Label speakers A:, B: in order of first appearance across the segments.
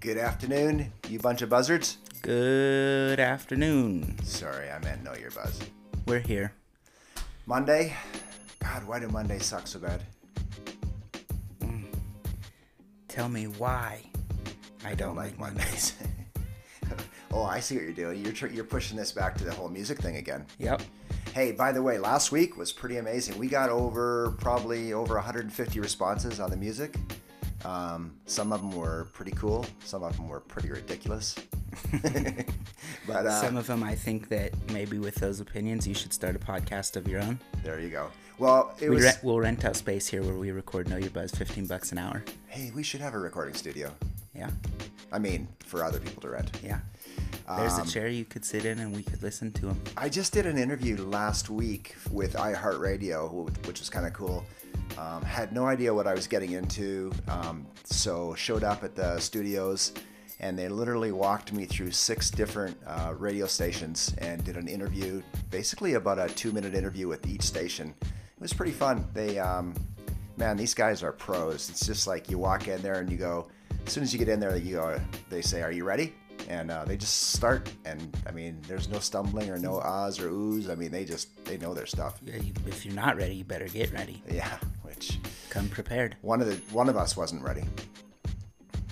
A: Good afternoon, you bunch of buzzards.
B: Good afternoon.
A: Sorry, I meant know your buzz.
B: We're here.
A: Monday? God, why do Mondays suck so bad?
B: Tell me why. I don't like Mondays.
A: Oh, I see what you're doing. You're, tr- you're pushing this back to the whole music thing again.
B: Yep.
A: Hey, by the way, last week was pretty amazing. We got over probably over 150 responses on the music. Um, some of them were pretty cool. Some of them were pretty ridiculous. but uh,
B: Some of them I think that maybe with those opinions you should start a podcast of your own.
A: there you go. Well, it
B: We
A: was.
B: re- we'll rent out space here where we record Know Your Buzz 15 bucks an hour.
A: hey, we should have a recording studio.
B: Yeah.
A: I mean, for other people to rent.
B: Yeah. There's
A: Um,
B: a chair you could sit in and we could listen to them.
A: I just did an interview last week with iHeartRadio, wh- which was kind of cool. Um, had no idea what I was getting into, um, so showed up at the studios, and they literally walked me through six different uh, radio stations and did an interview, basically about a two-minute interview with each station. It was pretty fun. They, um, man, these guys are pros. It's just like you walk in there and you go. As soon as you get in there, you go, they say, "Are you ready?" and uh, they just start and i mean there's no stumbling or no ahs or oohs i mean they just they know their stuff
B: Mm-hmm. Yeah, you- If you're not ready, you better get ready.
A: yeah which
B: Come prepared.
A: one of the one of us wasn't ready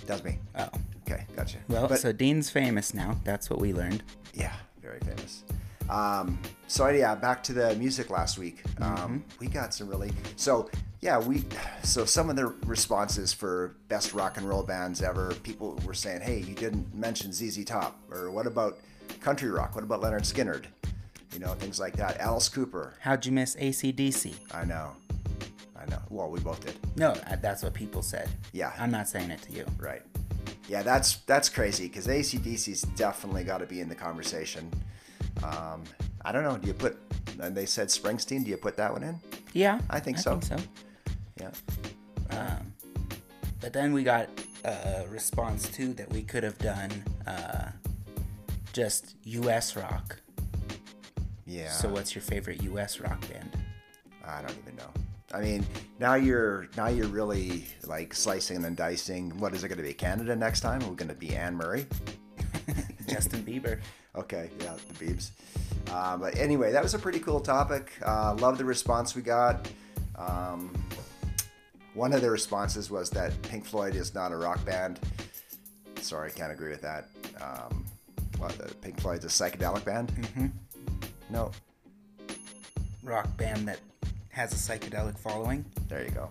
A: that's me
B: Oh.
A: okay gotcha
B: Well,
A: But-
B: so Dean's famous now. That's what we learned.
A: yeah very famous um so yeah back to the music last week um we got some really so yeah we so some of the responses for best rock and roll bands ever people were saying hey you didn't mention zz top or what about country rock what about leonard skinnard you know things like that alice cooper
B: How'd you miss ACDC?
A: I know. I know. Well, we both did.
B: No, I- that's what people said.
A: Yeah.
B: I'm not saying it to you.
A: Right. Yeah, that's that's crazy because ACDC's definitely got to be in the conversation. Um, I don't know. Do you put? And they said Springsteen. Do you put that one in?
B: Yeah,
A: I think so.
B: Think so.
A: Yeah.
B: But then we got a response too that we could have done uh, just U.S. rock.
A: Yeah.
B: So, what's your favorite U.S. rock band?
A: I don't even know. I mean, now you're now you're really like slicing and dicing. What is it going to be? Canada next time? We're going to be Anne Murray.
B: Justin Bieber.
A: Okay, yeah, the Biebs. Uh, but anyway, that was a pretty cool topic. Uh, love the response we got. Um, one of the responses was that Pink Floyd is not a rock band. Sorry, can't agree with that. Um, what, uh, Pink Floyd's a psychedelic band? Mm-hmm. No,
B: Rock band that has a psychedelic following.
A: there you go.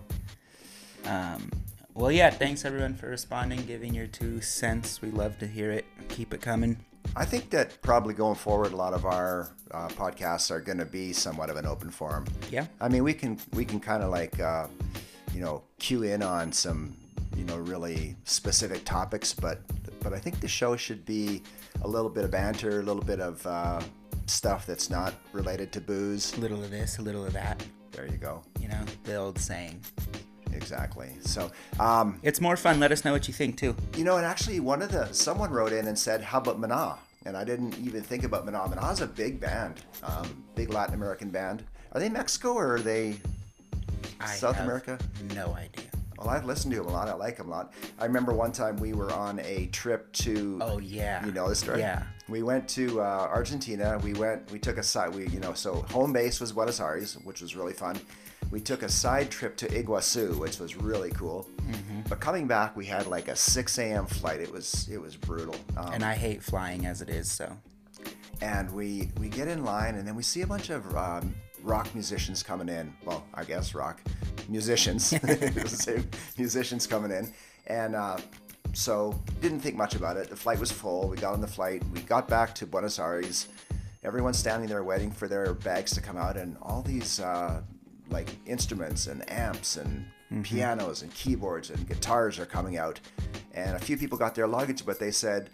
B: Um, well, yeah. Thanks everyone for responding, giving your two cents. We love to hear it. Keep it coming.
A: I think that probably going forward, a lot of our uh, podcasts are going to be somewhat of an open forum.
B: Yeah.
A: I mean, we can we can kind of like uh, you know cue in on some you know really specific topics, but but I think the show should be a little bit of banter, a little bit of uh, stuff that's not related to booze.
B: A little of this, a little of that.
A: There you go.
B: You know, the old saying.
A: Exactly. So, um,
B: It's more fun. Let us know what you think too.
A: you know, and actually, one of the someone wrote in and said, "How about Mana?" And I didn't even think about Mana. Mana's a big band, um, big Latin American band. Are they Mexico or are they
B: I
A: South
B: have
A: America?
B: No idea.
A: Well, I've listened to him a lot. I like him a lot. I remember one time we were on a trip to.
B: Oh yeah.
A: You know the story.
B: Yeah.
A: We went to uh, Argentina. We went. We took a side. We you know so home base was Buenos Aires, which was really fun. We took a side trip to Iguazu, which was really cool.
B: Mm-hmm.
A: But coming back, we had like a 6 a.m. flight. It was it was brutal. Um,
B: And I hate flying as it is, so
A: and we we get in line and then we see a bunch of um, rock musicians coming in well i guess rock musicians Same musicians coming in and uh, so didn't think much about it the flight was full we got on the flight we got back to buenos aires everyone's standing there waiting for their bags to come out and all these uh, like instruments and amps and pianos and keyboards and guitars are coming out and a few people got their luggage but they said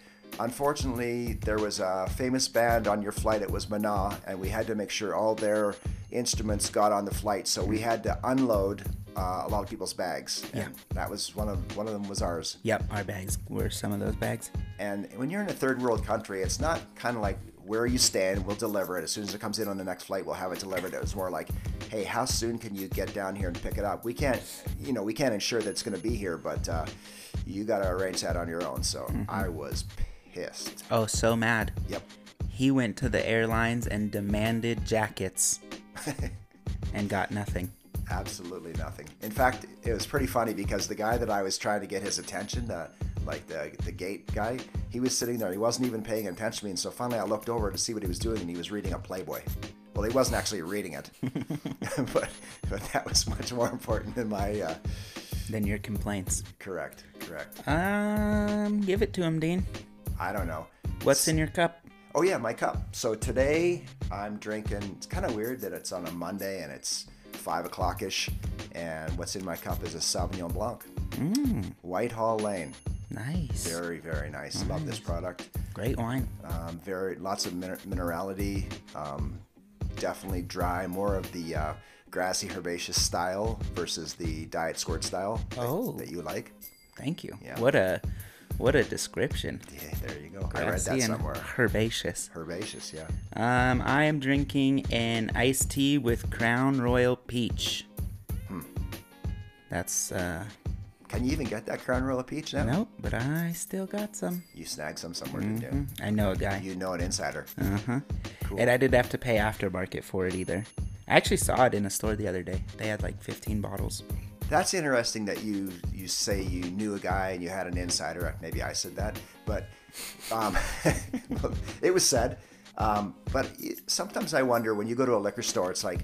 A: unfortunately there was a famous band on your flight it was mana and we had to make sure all their instruments got on the flight so we had to unload uh, a lot of people's bags
B: Yeah.
A: and that was one of one of them was ours
B: yep, our bags were some of those bags.
A: and when you're in a third world country, it's not kind of like where you stand, we'll deliver it. As soon as it comes in on the next flight, we'll have it delivered. It was more like, hey, how soon can you get down here and pick it up? We can't, you know, we can't ensure that it's going to be here, but uh, you got to arrange that on your own. So I was pissed.
B: Oh, so mad.
A: Yep.
B: He went to the airlines and demanded jackets and got nothing.
A: Absolutely nothing. In fact, it was pretty funny because the guy that I was trying to get his attention, the like the the gate guy, he was sitting there. He wasn't even paying attention to me, and so finally I looked over to see what he was doing, and he was reading a Playboy. Well, he wasn't actually reading it, but but that was much more important than my uh,
B: Then your complaints.
A: correct correct.
B: Um, give it to him, Dean.
A: I don't know.
B: What's in your cup?
A: Oh yeah, my cup. So today I'm drinking. It's kind of weird that it's on a Monday and it's five o'clock ish, and what's in my cup is a Sauvignon Blanc,
B: Mm.
A: Whitehall Lane.
B: Nice.
A: Very very nice. Love this product.
B: Great wine.
A: Um, very lots of min- minerality. Um, definitely dry. More of the uh, grassy herbaceous style versus the diet squirt style that-
B: Oh.
A: that you like.
B: Thank you.
A: Yeah.
B: What a what a description.
A: Yeah, there you go. I read
B: Grassy
A: that
B: and
A: somewhere.
B: Herbaceous.
A: Herbaceous, yeah.
B: Um, I am drinking an iced tea with Crown Royal Peach.
A: Hmm.
B: That's uh
A: Can you even get that Crown Royal peach now?
B: nope, but I still got some.
A: You snagged some somewhere, didn't you?
B: I know a guy.
A: You know an insider.
B: Uh huh. And I didn't have to pay aftermarket for it either. I actually saw it in a store the other day. They had like 15 bottles.
A: That's interesting that you you say you knew a guy and you had an insider. Maybe I said that, but um, it was said. Um, but it- sometimes I wonder when you go to a liquor store, it's like,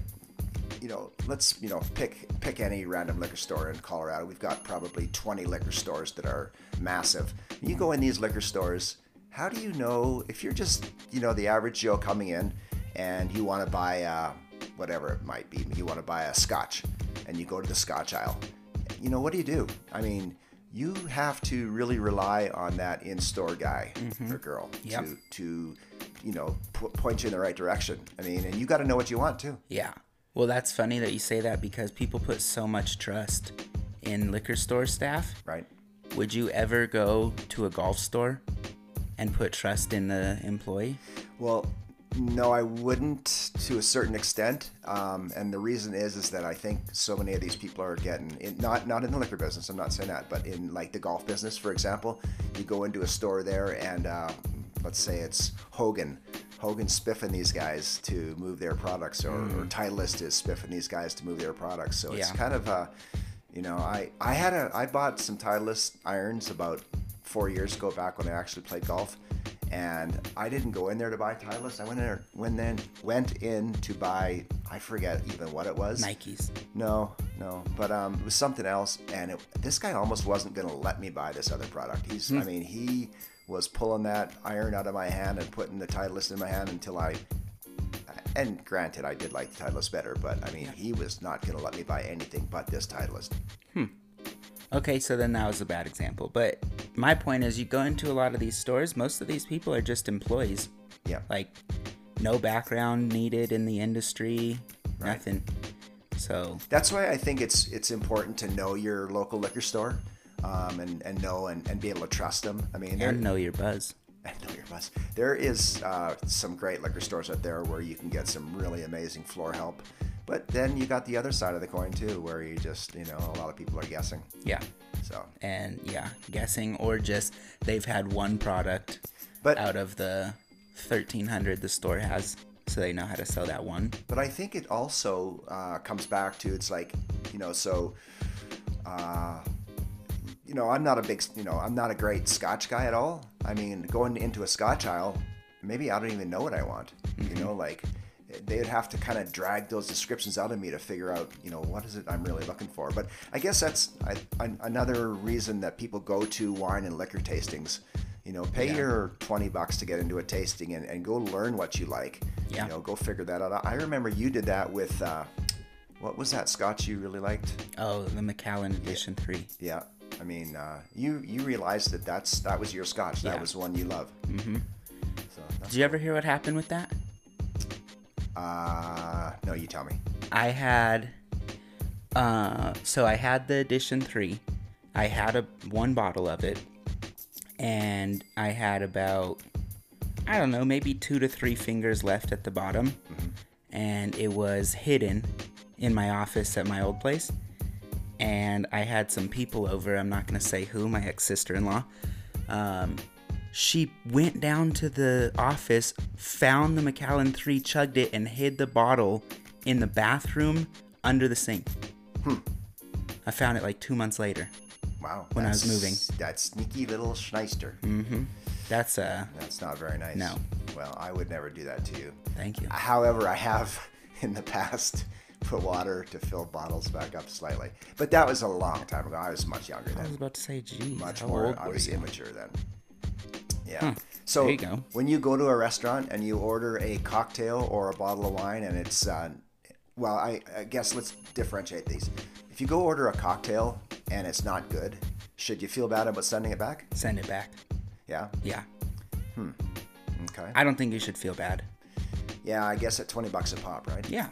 A: you know, let's you know pick pick any random liquor store in Colorado. We've got probably 20 liquor stores that are massive. You go in these liquor stores. How do you know if you're just you know the average Joe coming in and you want to buy uh, whatever it might be? You want to buy a Scotch and you go to the Scotch aisle. You know what do you do? I mean, you have to really rely on that in-store guy or girl
B: Yep.
A: to to you know p- point you in the right direction. I mean, and you got to know what you want too.
B: Yeah. Well, that's funny that you say that because people put so much trust in liquor store staff.
A: right?
B: Would you ever go to a golf store and put trust in the employee?
A: Well, no, I wouldn't to a certain extent, um, and the reason is is that I think so many of these people are getting in, not not in the liquor business. I'm not saying that, but in like the golf business, for example, you go into a store there, and uh, let's say it's Hogan. Hogan's spiffing these guys to move their products, or, or Titleist is spiffing these guys to move their products. So it's
B: Yeah.
A: kind of a, you know, I I had a I bought some Titleist irons about four years ago back when I actually played golf, and I didn't go in there to buy Titleist. I went in there when then went in to buy I forget even what it was.
B: Nikes.
A: No, no, but um, it was something else, and it, this guy almost wasn't gonna let me buy this other product. He's I mean he was pulling that iron out of my hand and putting the Titleist in my hand until I and granted, I did like the Titleist better, but I mean, he was not going to let me buy anything but this Titleist.
B: Okay, so then that was a bad example. But my point is, you go into a lot of these stores, most of these people are just employees.
A: Yeah.
B: Like, no background needed in the industry, nothing. So,
A: That's why I think it's it's important to know your local liquor store, um, and and know and, and be able to trust them. I mean, there,
B: and know your buzz.
A: I know your bus. There is uh, some great liquor stores out there where you can get some really amazing floor help, but then you got the other side of the coin too, where you just you know a lot of people are guessing.
B: Yeah.
A: So,
B: And yeah, guessing or just they've had one product
A: but
B: out of the 1300 the store has, so they know how to sell that one.
A: But I think it also uh, comes back to it's like, you know, so, uh, you know, I'm not a big, you know, I'm not a great Scotch guy at all. I mean, going into a Scotch aisle, maybe I don't even know what I want. You know, like they'd have to kind of drag those descriptions out of me to figure out, you know, what is it I'm really looking for. But I guess that's I, an another reason that people go to wine and liquor tastings. You know, pay your 20 bucks to get into a tasting and, and go learn what you like.
B: Yeah.
A: You know, go figure that out. I remember you did that with, uh, what was that Scotch you really liked?
B: Oh, the Macallan Edition 3.
A: Yeah. I mean, uh, you you realized that that's that was your Scotch. That
B: Yeah.
A: was one you love. Mm-hmm. So, that's-
B: Did you ever hear what happened with that?
A: uh, no, you tell me.
B: I had uh so I had the edition 3. I had a one bottle of it and I had about I don't know, maybe 2 to 3 fingers left at the bottom. And it was hidden in my office at my old place. and I had some people over. I'm not going to say who, my ex sister in law. Um, she went down to the office, found the McAllen 3, chugged it, and hid the bottle in the bathroom under the sink. Hmm. I found it like two months later.
A: Wow.
B: When I was
A: that's- That sneaky little schneister.
B: That's uh,
A: That's not very nice.
B: No.
A: Well, I would never do that to you.
B: thank you.
A: However, I have in the past put water to fill bottles back up slightly. But that was a long time ago. I was much younger
B: I was
A: then.
B: about to say, gee,
A: Much
B: how
A: more.
B: old
A: I
B: were
A: was
B: you?
A: immature then. Yeah. So
B: There you go.
A: when you go to a restaurant and you order a cocktail or a bottle of wine and it's uh, well, I, I guess let's differentiate these. If you go order a cocktail and it's not good, should you feel bad about sending it back?
B: Send it back.
A: Yeah.
B: Yeah.
A: Okay.
B: I don't think you should feel bad.
A: Yeah, I guess at 20 bucks a pop, right?
B: Yeah.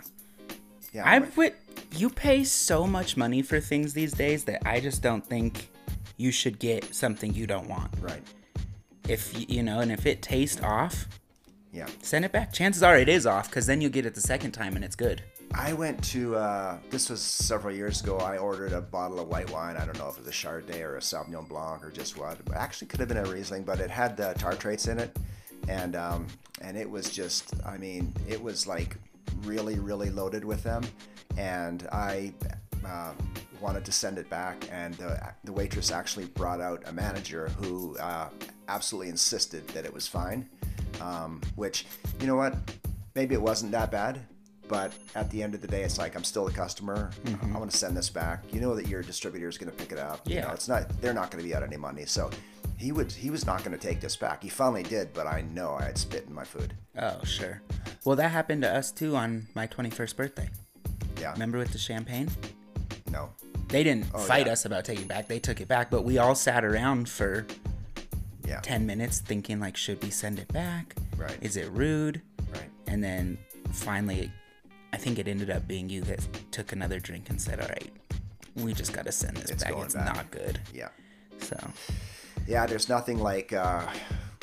A: Yeah.
B: I've wit you pay so much money for things these days that I just don't think you should get something you don't want.
A: right.
B: If y- you know, and if it tastes off,
A: Yeah.
B: send it back. Chances are it is off because then you get it the second time and it's good.
A: I went to uh, this was several years ago. I ordered a bottle of white wine. I don't know if it was a Chardonnay or a Sauvignon Blanc or just what. But actually, could have been a Riesling, but it had the tartrates in it, and um, and it was just. I mean, it was like really, really loaded with them, and I. Uh, wanted to send it back and the, the waitress actually brought out a manager who uh, absolutely insisted that it was fine um, which you know what maybe it wasn't that bad but at the end of the day it's like i'm still a customer i want to send this back you know that your distributor is going to pick it up you
B: Yeah.
A: know, it's not they're not going to be out any money so he would he was not going to take this back he finally did but i know i had spit in my food
B: Oh sure. Well, that happened to us too on my 21st birthday.
A: yeah
B: Remember with the champagne?
A: no
B: They didn't fight
A: Oh, yeah.
B: us about taking it back. They took it back, but we all sat around for
A: yeah
B: 10 minutes thinking like, should we send it back?
A: Right.
B: Is it rude?
A: right
B: And then finally, I think it ended up being you that took another drink and said, "All right, we just got to send this
A: It's
B: back.
A: going
B: It's
A: back."
B: not good."
A: yeah
B: So
A: Yeah, there's nothing like, uh,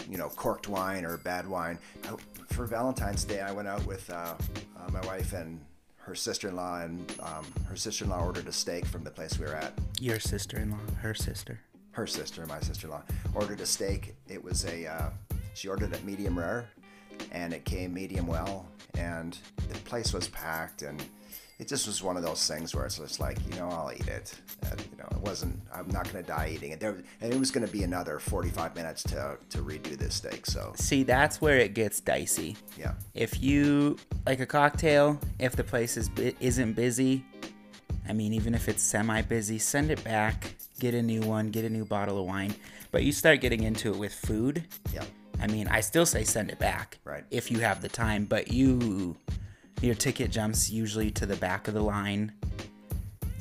A: you know, corked wine or bad wine. I, for Valentine's Day, I went out with uh, uh, my wife and her sister-in-law, and um, her sister-in-law ordered a steak from the place we were at.
B: your sister-in-law, her sister.
A: Her sister, my sister-in-law, ordered a steak. It was a, uh, she ordered it medium rare, and it came medium well, and the place was packed, and it just was one of those things where it's just like, you know, I'll eat it. And, you know, it wasn't. I'm not gonna die eating it. There, and it was gonna be another 45 minutes to to redo this steak. So
B: See, that's where it gets dicey.
A: yeah,
B: If you like a cocktail, if the place is bu- isn't busy, I mean, even if it's semi-busy, send it back. Get a new one. Get a new bottle of wine. But you start getting into it with food.
A: yeah,
B: I mean, I still say send it back.
A: Right.
B: If you have the time, but you your ticket jumps usually to the back of the line.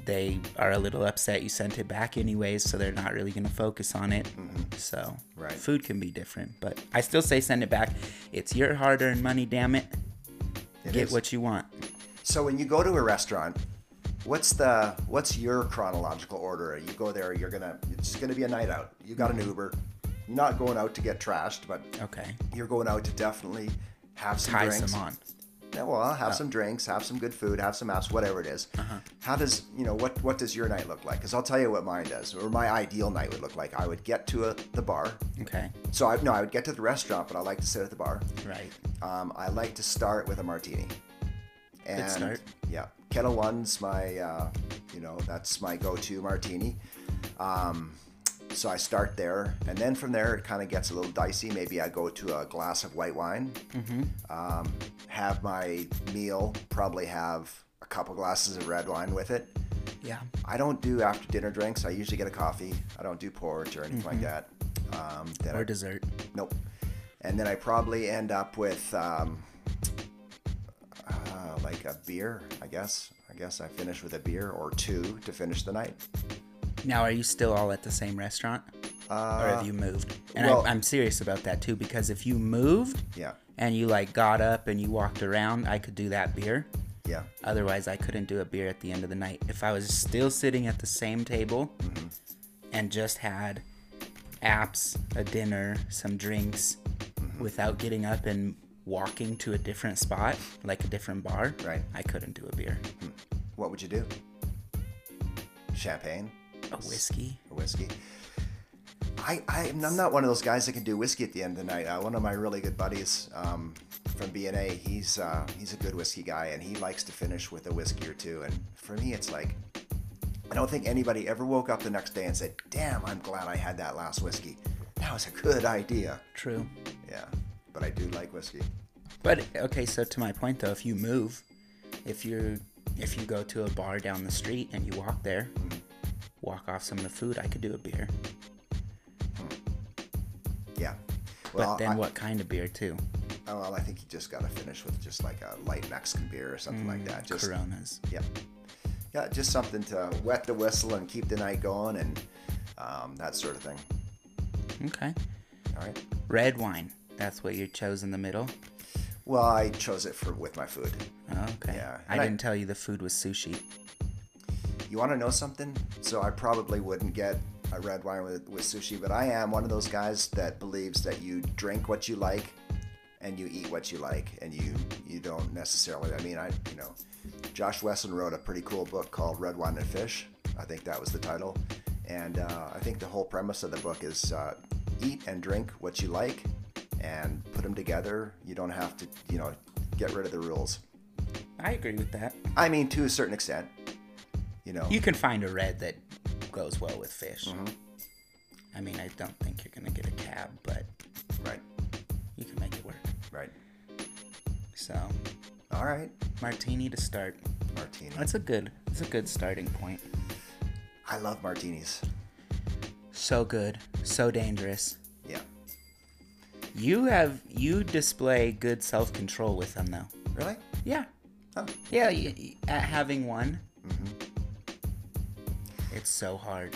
B: They are a little upset you sent it back anyways, so they're not really going to focus on it. So,
A: Mm-hmm. Right.
B: food can be different, but I still say send it back. It's your hard-earned money, damn it.
A: it
B: Get
A: is.
B: what you want.
A: So when you go to a restaurant, what's the what's your chronological order? You go there, you're gonna it's gonna be a night out. You got an Uber. You're not going out to get trashed, but
B: Okay.
A: you're going out to definitely have some
B: Tie
A: drinks.
B: some on.
A: Yeah, Uh-huh. well, have some drinks, have some good food, have some apps, whatever it is. How does you know what what does your night look like? Because I'll tell you what mine does, or my ideal night would look like. I would get to a, the bar.
B: Okay.
A: So I no, I would get to the restaurant, but I like to sit at the bar.
B: Right.
A: Um, I like to start with a martini. And
B: start.
A: yeah, Kettle One's my, uh, you know, that's my go-to martini. Um, so I start there, and then from there it kind of gets a little dicey. Maybe I go to a glass of white wine, um, have my meal, probably have a couple glasses of red wine with it.
B: Yeah.
A: I don't do after dinner drinks. I usually get a coffee. I don't do porridge or anything like that. Um, then I
B: Or dessert.
A: Nope. And then I probably end up with um, uh, like a beer, I guess. I guess I finish with a beer or two to finish the night.
B: Now, are you still all at the same restaurant? or have you moved? And
A: Uh, well-
B: I, I'm serious about that too, because if you moved
A: Yeah,
B: and you like got up and you walked around, I could do that beer.
A: yeah,
B: Otherwise, I couldn't do a beer at the end of the night. If I was still sitting at the same table
A: Mm-hmm.
B: and just had apps, a dinner, some drinks,
A: Mm-hmm.
B: without getting up and walking to a different spot, like a different bar,
A: Right.
B: I couldn't do a beer.
A: What would you do? champagne,
B: A whiskey.
A: or whiskey. I, I I'm not one of those guys that can do whiskey at the end of the night. Uh, one of my really good buddies um, from B&A, he's uh, he's a good whiskey guy, and he likes to finish with a whiskey or two. And for me, it's like I don't think anybody ever woke up the next day and said, "Damn, I'm glad I had that last whiskey. That was a good idea."
B: True.
A: Yeah, but I do like whiskey.
B: But okay, so to my point though, if you move, if you're if you go to a bar down the street and you walk there, walk off some of the food, I could do a beer.
A: Yeah.
B: But
A: Well,
B: then
A: I,
B: what kind of beer too?
A: oh, well, I think you just got to finish with just like a light Mexican beer or something
B: Mm,
A: like that. Just
B: Coronas.
A: Yeah. Yeah, just something to wet the whistle and keep the night going and um, that sort of thing.
B: Okay.
A: All right.
B: Red wine. That's what you chose in the middle. Oh,
A: Well, I chose it for with my food.
B: Okay.
A: Yeah,
B: I
A: and I-
B: didn't tell you the food was sushi.
A: You want to know something? So I probably wouldn't get a red wine with, with sushi, but I am one of those guys that believes that you drink what you like and you eat what you like and you you don't necessarily I mean I you know Josh Wesson wrote a pretty cool book called Red Wine and Fish I think that was the title and uh, I think the whole premise of the book is uh, eat and drink what you like and put them together you don't have to you know get rid of the rules
B: I agree with that.
A: I mean to a certain extent you know
B: You can find a red that goes well with fish.
A: Mm-hmm.
B: I mean, I don't think you're gonna get a cab, but
A: right
B: you can make it work.
A: right
B: So,
A: All right,
B: martini to start.
A: martini.
B: That's a good. That's a good starting point.
A: I love martinis.
B: So good, so dangerous.
A: Yeah.
B: You have you display good self-control with them though.
A: Really?
B: Yeah.
A: Oh,
B: Yeah, y- y- at having one. It's so hard.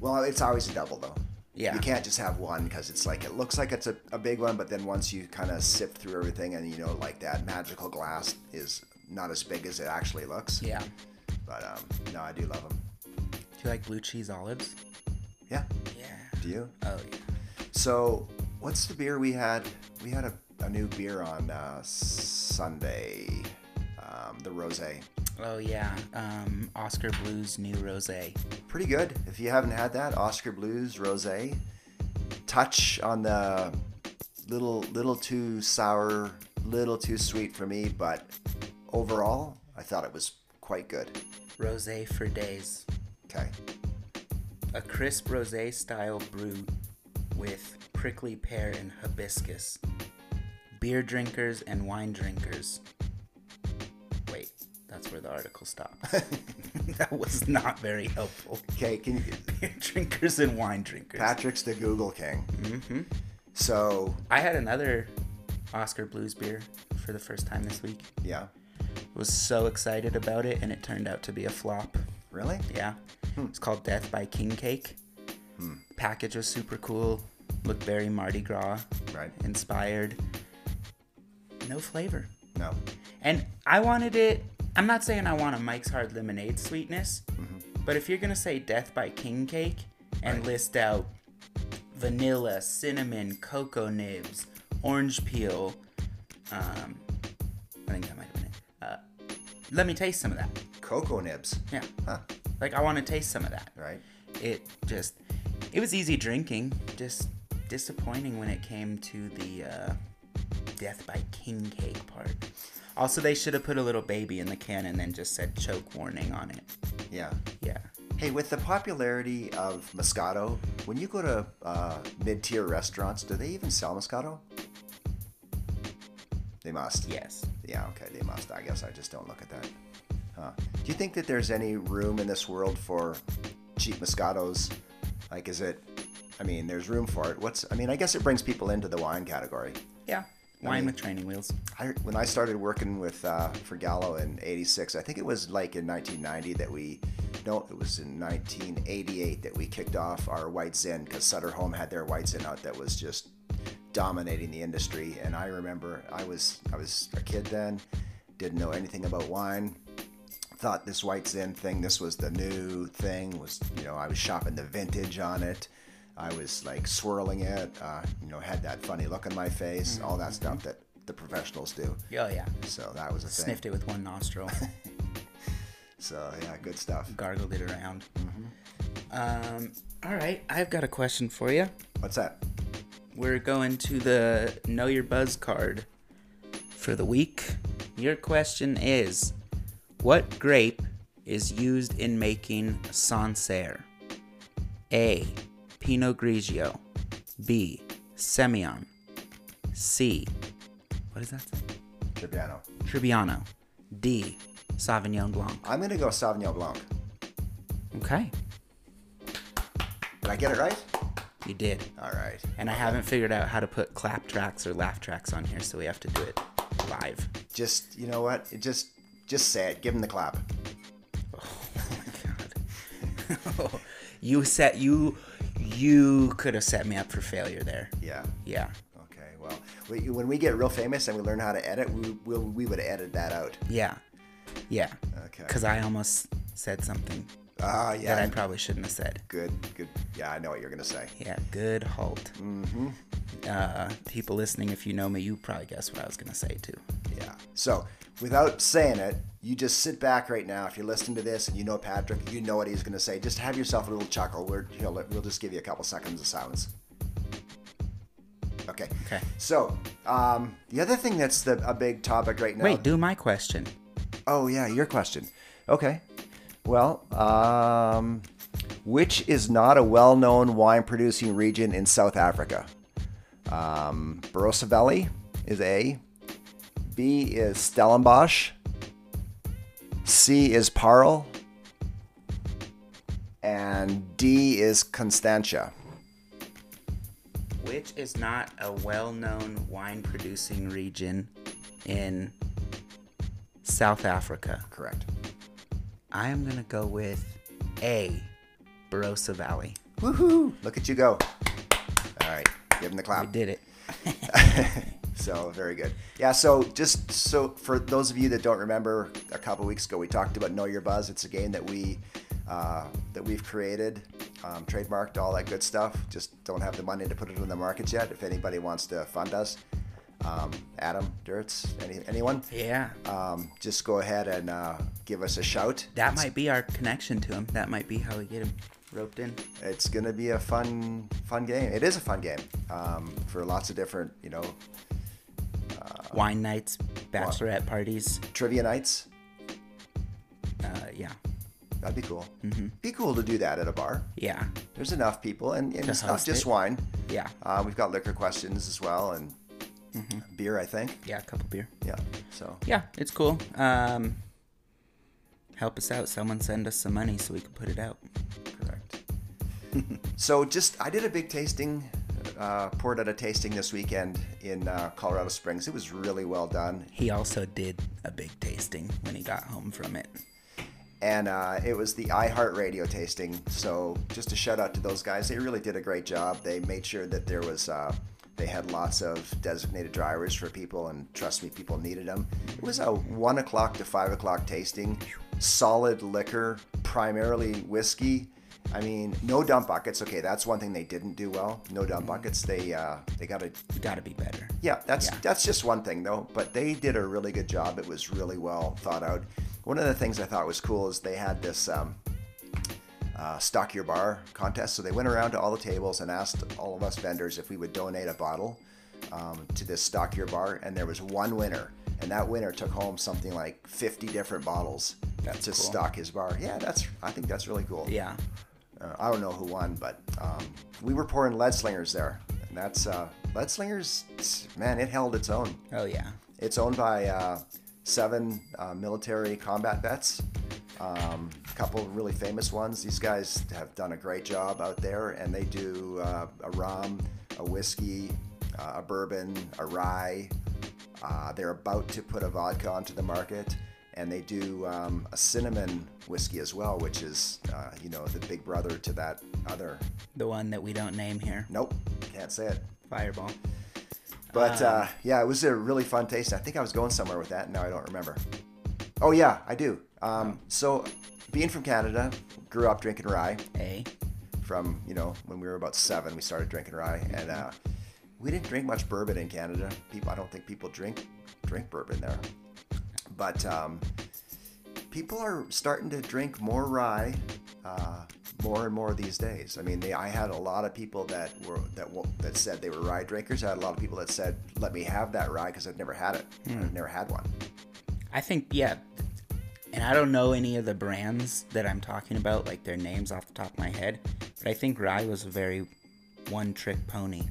A: Well, it's always a double though.
B: Yeah.
A: You can't just have one because it's like it looks like it's a, a big one, but then once you kind of sift through everything and you know like that magical glass is not as big as it actually looks.
B: Yeah. Do
A: But um, no, I do love them.
B: you like blue cheese olives?
A: Yeah.
B: Yeah.
A: Do you?
B: Oh yeah.
A: So what's the beer we had? We had a, a new beer on uh, Sunday. Um, the rosé.
B: Oh yeah. Um, Oscar Blues new rosé.
A: pretty good. If you haven't had that, Oscar Blues Rosé. Touch on the little little too sour, little too sweet for me, but overall, I thought it was quite good.
B: Rosé for days.
A: Okay.
B: A crisp rosé style brew with prickly pear and hibiscus. Beer drinkers and wine drinkers. Wait, that's where the article stopped. that was not very helpful.
A: Okay, can you
B: Beer drinkers and wine drinkers.
A: Patrick's the Google King. Mm-hmm. So,
B: I had another Oscar Blues beer for the first time this week.
A: yeah.
B: Was so excited about it and it turned out to be a flop.
A: Really?
B: Yeah. It's called Death by King Cake. Package was super cool. Looked very Mardi Gras
A: Right.
B: inspired. No flavor.
A: No.
B: And I wanted it. I'm not saying I want a Mike's Hard Lemonade sweetness, but if you're going to say Death by King Cake and list out vanilla, cinnamon, cocoa nibs, orange peel, um, I think that might have been it. Uh, let me taste some of that.
A: Cocoa nibs.
B: Yeah.
A: Huh.
B: Like, I want to taste some of that
A: Right.
B: it just it was easy drinking just disappointing when it came to the uh, death by king cake part also they should have put a little baby in the can and then just said choke warning on it
A: Yeah.
B: yeah
A: Hey, with the popularity of Moscato, when you go to uh, mid-tier restaurants, do they even sell Moscato? They must.
B: yes
A: Yeah, okay, they must. I guess I just don't look at that. Huh. Do you think that there's any room in this world for cheap Moscatos? Like, is it? I mean, there's room for it. What's? I mean, I guess it brings people into the wine category.
B: yeah wine with training wheels
A: I, when I started working with uh, for Gallo in '86, I think it was like in 1990 that we, no, it was in 1988 that we kicked off our White Zin because Sutter Home had their White Zin out that was just dominating the industry. And I remember I was I was a kid then, didn't know anything about wine, thought this White Zin thing, this was the new thing. Was you know I was shopping the vintage on it. I was like swirling it, uh, you know, had that funny look on my face, all that stuff that the professionals do.
B: oh yeah
A: So that was a thing.
B: sniffed it with one nostril
A: So yeah, good stuff.
B: gargled it around. Um, all right, I've got a question for you.
A: What's that?
B: We're going to the Know Your Buzz card for the week. Your question is What grape is used in making Sancerre? A. Pinot Grigio. B. Semillon. C. What does that say?
A: Trebbiano.
B: Trebbiano. D. Sauvignon Blanc.
A: I'm gonna go Sauvignon Blanc.
B: Okay,
A: Did I get it right?
B: you did.
A: All right.
B: And I haven't figured out how to put clap tracks or laugh tracks on here, so we have to do it live.
A: Just you know what? It just just say it. Give him the clap.
B: Oh my god. you set you you could have set me up for failure there.
A: Yeah.
B: Yeah.
A: Okay. Well, we, when we get real famous and we learn how to edit, we we, we would edit that out.
B: Yeah. Yeah.
A: Okay.
B: Cuz I almost said something
A: Ah,
B: that I
A: yeah.
B: probably shouldn't have said.
A: Good. Good. Yeah, I know what you're gonna say.
B: Yeah, good halt. Mm-hmm. Uh, people listening, if you know me, you probably guess what I was gonna say too.
A: Yeah. So, without saying it, you just sit back right now. If you're listening to this and you know Patrick, you know what he's going to say. Just have yourself a little chuckle. We're, he'll, we'll just give you a couple seconds of silence. Okay.
B: Okay.
A: So, um, the other thing that's the, a big topic right now.
B: Wait, do my question.
A: Oh, yeah, your question. Okay. Well, um, which is not a well known wine producing region in South Africa? Um, Barossa Valley is A. B is Stellenbosch. C is Parel. And D is Constantia.
B: which is not a well-known wine-producing region in South Africa.
A: Correct.
B: I am gonna go with A, Barossa Valley.
A: Woohoo! Look at you go. All right, give him the
B: I
A: clap.
B: did it.
A: So very good. Yeah. So just so for those of you that don't remember, a couple weeks ago we talked about Know Your Buzz. It's a game that we uh, that we've created, um, trademarked, all that good stuff. Just don't have the money to put it on the market yet. If anybody wants to fund us, um, Adam Dirts, any, anyone,
B: Yeah,
A: um, just go ahead and uh, give us a shout.
B: that might be our connection to him. That might be how we get him roped in.
A: it's gonna be a fun fun game. It is a fun game um, for lots of different you know
B: Wine nights, bachelorette parties.
A: trivia nights.
B: Uh, yeah,
A: That'd be cool.
B: Mm-hmm.
A: Be cool to do that at a bar.
B: yeah,
A: There's enough people, and, and it's not
B: host
A: just
B: it.
A: wine.
B: yeah,
A: Uh, we've got liquor questions as well, and
B: Mm-hmm.
A: beer, I think.
B: yeah. A couple beer.
A: Yeah. So
B: Yeah, it's cool. Um, help us out. Someone send us some money so we can put it out.
A: correct. so just I did a big tasting, uh, poured at a tasting this weekend in uh, Colorado Springs. It was really well done,
B: He also did a big tasting when he got home from it.
A: and uh, it was the iHeartRadio tasting. So just a shout out to those guys. They really did a great job. They made sure that there was. Uh, they had lots of designated drivers for people, and trust me, people needed them. It was a one o'clock to five o'clock tasting, solid liquor, primarily whiskey. I mean, no dump buckets. Okay, that's one thing they didn't do well. No dump buckets. They uh, they got a
B: You gotta be better.
A: yeah, that's
B: Yeah.
A: that's just one thing though. But they did a really good job. It was really well thought out. One of the things I thought was cool is they had this um, uh, stock your bar contest. So they went around to all the tables and asked all of us vendors if we would donate a bottle um, to this stock your bar. And there was one winner, and that winner took home something like 50 different bottles
B: That's
A: to
B: cool.
A: stock his bar. Yeah, that's I think that's really cool.
B: Yeah.
A: Uh, I don't know who won, but um, we were pouring lead slingers there, and that's uh, lead slingers. it's- Man, it held its own.
B: Oh yeah.
A: It's owned by uh, seven uh, military combat vets, um, a couple of really famous ones. These guys have done a great job out there, and they do uh, a rum, a whiskey, uh, a bourbon, a rye. Uh, they're about to put a vodka onto the market, and they do um, a cinnamon whiskey as well, which is, uh, you know, the big brother to that other.
B: The one that we don't name here.
A: Nope, can't say it.
B: Fireball.
A: But uh, yeah, it was a really fun taste. I think I was going somewhere with that, and now I don't remember. Oh yeah, I do. Um, so, being from Canada, grew up drinking rye.
B: A.
A: From you know when we were about seven, we started drinking rye, and uh, we didn't drink much bourbon in Canada. People, I don't think people drink drink bourbon there. But um, people are starting to drink more rye uh, more and more these days. I mean, they, I had a lot of people that were that wa- that said they were rye drinkers. I had a lot of people that said, "Let me have that rye because I've never had it. I've never had one."
B: I think yeah, and I don't know any of the brands that I'm talking about, like their names off the top of my head, but I think Rye was a very one-trick pony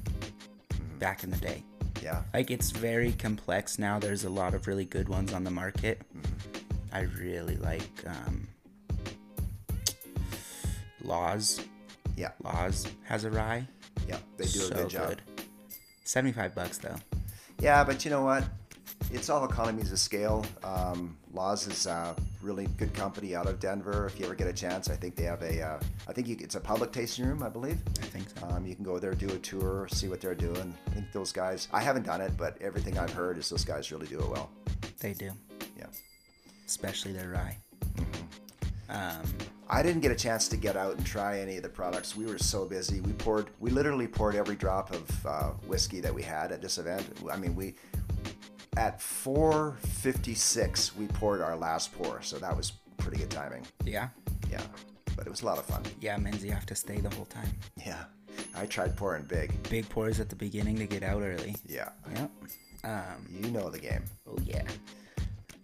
A: Mm-hmm.
B: back in the day.
A: Yeah,
B: Like it's very complex now. There's a lot of really good ones on the market.
A: Mm-hmm.
B: I really like um, Laws.
A: yeah,
B: Laws has a rye.
A: yeah. They do a good job.
B: Seventy-five bucks though.
A: Yeah, but you know what? It's all economies of scale. Um, Laws is a really good company out of Denver. If you ever get a chance, I think they have a. Uh, I think you, it's a public tasting room, I believe.
B: I think so.
A: Um, you can go there, do a tour, see what they're doing. I think those guys. I haven't done it, but everything I've heard is those guys really do it well.
B: They do,
A: Yeah.
B: especially their rye.
A: Mm-hmm.
B: Um,
A: I didn't get a chance to get out and try any of the products. We were so busy. We poured, we literally poured every drop of uh, whiskey that we had at this event. I mean, we at 4:56 we poured our last pour, so that was pretty good timing.
B: yeah,
A: Yeah, but it was a lot of fun.
B: yeah. Men's you have to stay the whole time.
A: Yeah, I tried pouring big.
B: Big pours at the beginning to get out early.
A: Yeah,
B: Yep. Um,
A: you know the game.
B: oh yeah.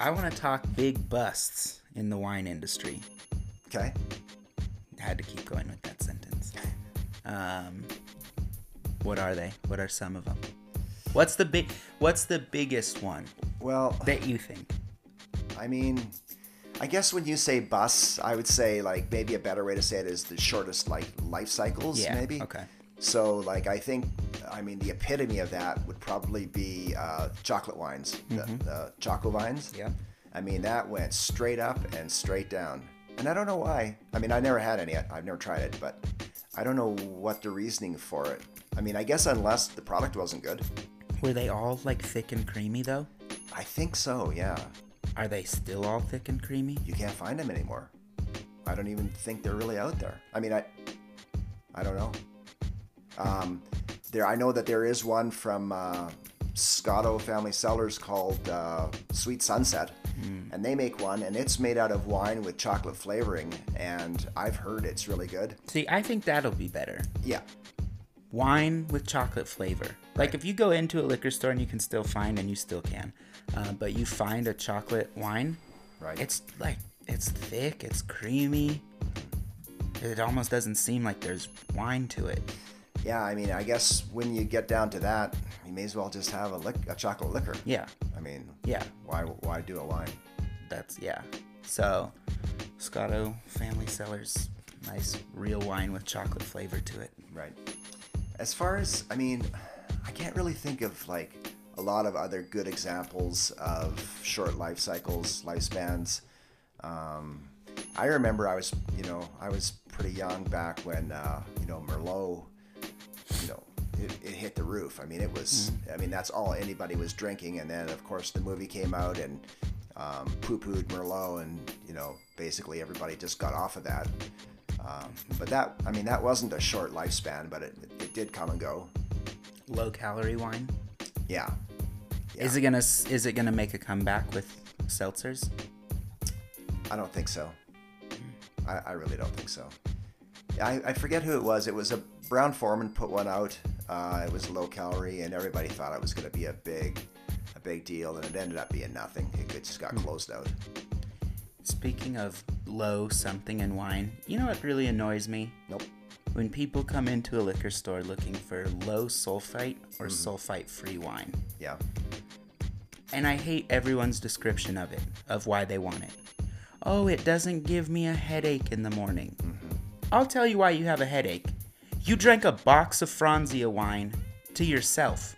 B: I want to talk big busts in the wine industry.
A: Okay.
B: had to keep going with that sentence. Um, what are they? What are some of them? What's the big? What's the biggest one
A: Well,
B: that you think?
A: I mean, I guess when you say bus, I would say like maybe a better way to say it is the shortest like life cycles,
B: Yeah,
A: maybe.
B: okay.
A: So like I think, I mean, the epitome of that would probably be uh, chocolate wines, the, the choco vines.
B: Yeah.
A: I mean, that went straight up and straight down, and I don't know why. I mean, I never had any. I've never tried it, but I don't know what the reasoning for it. I mean, I guess unless the product wasn't good.
B: Were they all like thick and creamy though?
A: I think so. Yeah.
B: Are they still all thick and creamy?
A: you can't find them anymore. I don't even think they're really out there. I mean, I, I don't know. Um, there, I know that there is one from uh, Scotto Family Cellars called uh, Sweet Sunset, and they make one, and it's made out of wine with chocolate flavoring, and I've heard it's really good.
B: See, I think that'll be better.
A: Yeah,
B: Wine with chocolate flavor. Like if you go into a liquor store and you can still find, and you still can, uh, but you find a chocolate wine,
A: right.
B: It's like it's thick, it's creamy. It almost doesn't seem like there's wine to it.
A: yeah. I mean, I guess when you get down to that, you may as well just have a lick, a chocolate liquor.
B: Yeah.
A: I mean,
B: Yeah.
A: why why do a wine?
B: That's yeah. So Scotto Family Cellars nice real wine with chocolate flavor to it.
A: Right. As far as, I mean, I can't really think of like a lot of other good examples of short life cycles, lifespans. Um, I remember I was, you know, I was pretty young back when, uh, you know, Merlot, you know, it, it hit the roof. I mean, it was, I mean, that's all anybody was drinking. And then, of course, the movie came out and um, poo pooed Merlot, and, you know, basically everybody just got off of that. Um, but that, I mean, that wasn't a short lifespan, but it, it did come and go.
B: Low calorie wine.
A: Yeah.
B: Is it gonna s- is it gonna make a comeback with seltzers?
A: I don't think so. I, I really don't think so. I, I forget who it was. It was a Brown Foreman put one out. Uh, it was low calorie, and everybody thought it was going to be a big, a big deal, and it ended up being nothing. It just
B: Hmm.
A: got closed out.
B: Speaking of low something in wine, you know what really annoys me?
A: Nope.
B: When people come into a liquor store looking for low sulfite or
A: Mm-hmm.
B: sulfite free wine.
A: Yeah.
B: and I hate everyone's description of it, of why they want it. Oh, it doesn't give me a headache in the morning.
A: Mm-hmm.
B: I'll tell you why you have a headache. You drank a box of Franzia wine to yourself.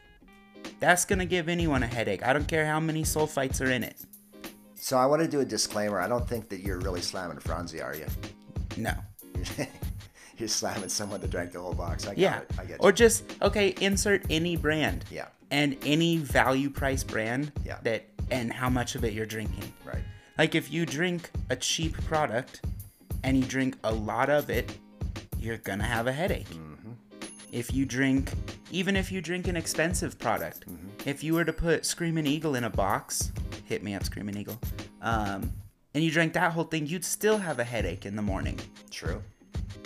B: That's gonna give anyone a headache. I don't care how many sulfites are in it.
A: So I want to do a disclaimer. I don't think that you're really slamming Franzi, are you?
B: No.
A: you're slamming someone that drank the whole box. I got
B: Yeah.
A: it. I get
B: Or
A: you.
B: just, okay, insert any brand.
A: Yeah.
B: And any value price brand
A: Yeah.
B: that and how much of it you're drinking.
A: Right.
B: Like if you drink a cheap product and you drink a lot of it, you're gonna have a headache. If you drink, even if you drink an expensive product, if you were to put Screaming Eagle in a box, hit me up, Screaming Eagle. Um, and you drank that whole thing, you'd still have a headache in the morning.
A: True.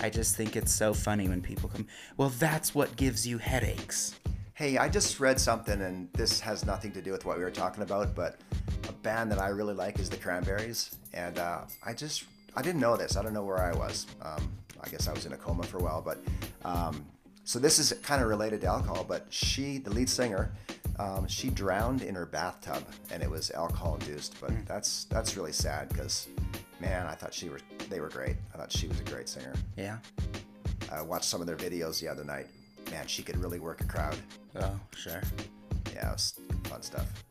B: I just think it's so funny when people come, well, that's what gives you headaches.
A: Hey, I just read something, and this has nothing to do with what we were talking about, but a band that I really like is the Cranberries, and uh, I just I didn't know this. I don't know where I was. Um, I guess I was in a coma for a while, but um, so this is kind of related to alcohol. But she, the lead singer, um, she drowned in her bathtub, and it was alcohol induced. But that's that's really sad because, man, I thought she were they were great. I thought she was a great singer.
B: Yeah.
A: I watched some of their videos the other night. Man, she could really work a crowd.
B: Oh, sure.
A: Yeah, it was fun stuff.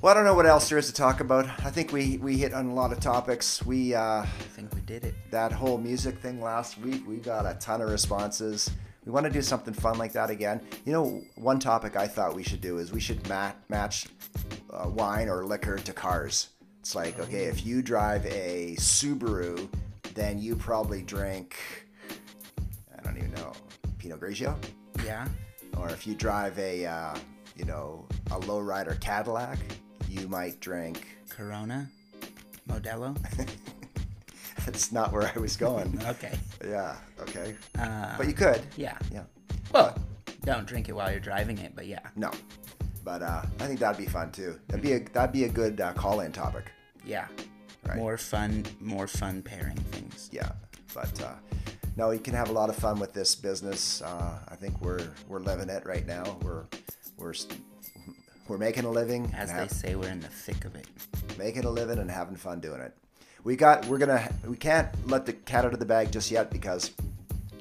A: Well, I don't know what else there is to talk about. I think we we hit on a lot of topics. We uh,
B: I think we did it.
A: that whole music thing last week. We got a ton of responses. We want to do something fun like that again. You know, one topic I thought we should do is we should ma- match uh, wine or liquor to cars. It's like, okay, if you drive a Subaru, then you probably drink, I don't even know, Pinot Grigio?
B: Yeah.
A: Or if you drive a, uh, you know, a lowrider Cadillac, you might drink.
B: Corona, Modelo.
A: That's not where I was going.
B: Okay.
A: yeah, okay.
B: Uh,
A: But you could.
B: yeah.
A: Yeah.
B: Well, don't drink it while you're driving it, but yeah.
A: No. But uh, I think that'd be fun too. That'd be a that'd be a good uh, call-in topic.
B: Yeah.
A: Right.
B: More fun, more fun pairing things.
A: Yeah. But uh, no, you can have a lot of fun with this business. Uh, I think we're we're living it right now. We're we're st- we're making a living, and
B: As they
A: have-
B: say, we're in the thick of it.
A: making a living and having fun doing it. We got we're gonna we can't let the cat out of the bag just yet because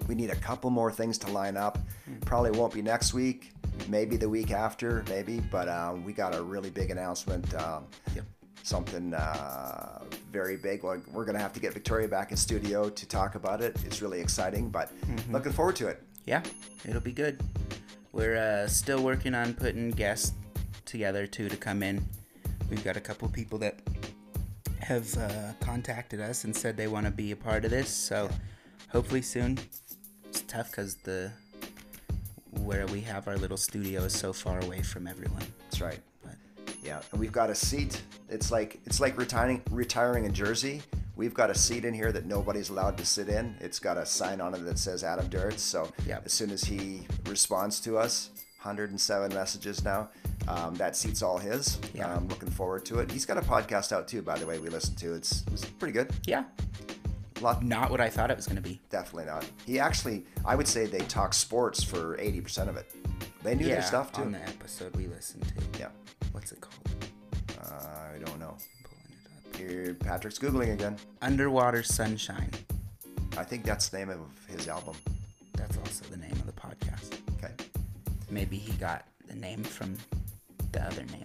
A: we need a couple more things to line up. Probably won't be next week, maybe the week after, maybe. But uh, we got a really big announcement. Um,
B: Yep.
A: something uh, very big. We're, we're going to have to get Victoria back in studio to talk about it. It's really exciting, but looking forward to it.
B: Yeah, it'll be good. We're uh, still working on putting guests together too to come in. We've got a couple people that have uh, contacted us and said they want to be a part of this. So hopefully soon. It's tough because the where we have our little studio is so far away from everyone.
A: That's right.
B: But
A: Yeah, and we've got a seat. It's like it's like retiring retiring in Jersey. We've got a seat in here that nobody's allowed to sit in. It's got a sign on it that says Adam Duritz. So
B: Yep.
A: as soon as he responds to us, 107 messages now. Um, that seat's all his.
B: Yeah.
A: I'm looking forward to it. He's got a podcast out too, by the way. We listened to it's, it's pretty good.
B: yeah,
A: Lot
B: not what I thought it was gonna be.
A: Definitely not. He actually, I would say they talk sports for 80% of it. They knew
B: yeah,
A: their stuff too.
B: on the episode we listened to.
A: yeah.
B: What's it called? I'm
A: Uh, I don't know.
B: pulling it up.
A: Here, Patrick's Googling again.
B: Underwater Sunshine.
A: I think that's the name of his album.
B: That's also the name of the podcast.
A: Okay.
B: Maybe he got the name from the other name.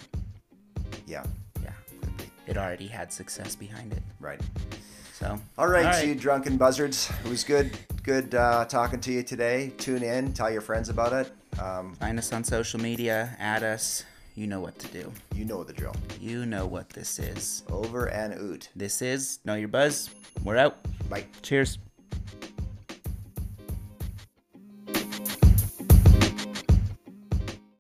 A: Yeah.
B: Yeah.
A: Could be.
B: It already had success behind it.
A: Right.
B: So.
A: All right, so you drunken buzzards. It was good, good uh, talking to you today. Tune in, tell your friends about it. Um,
B: Find us on social media, add us. You know what to do.
A: you know the drill.
B: You know what this is.
A: Over and out.
B: This is Know Your Buzz. We're out.
A: Bye.
B: Cheers.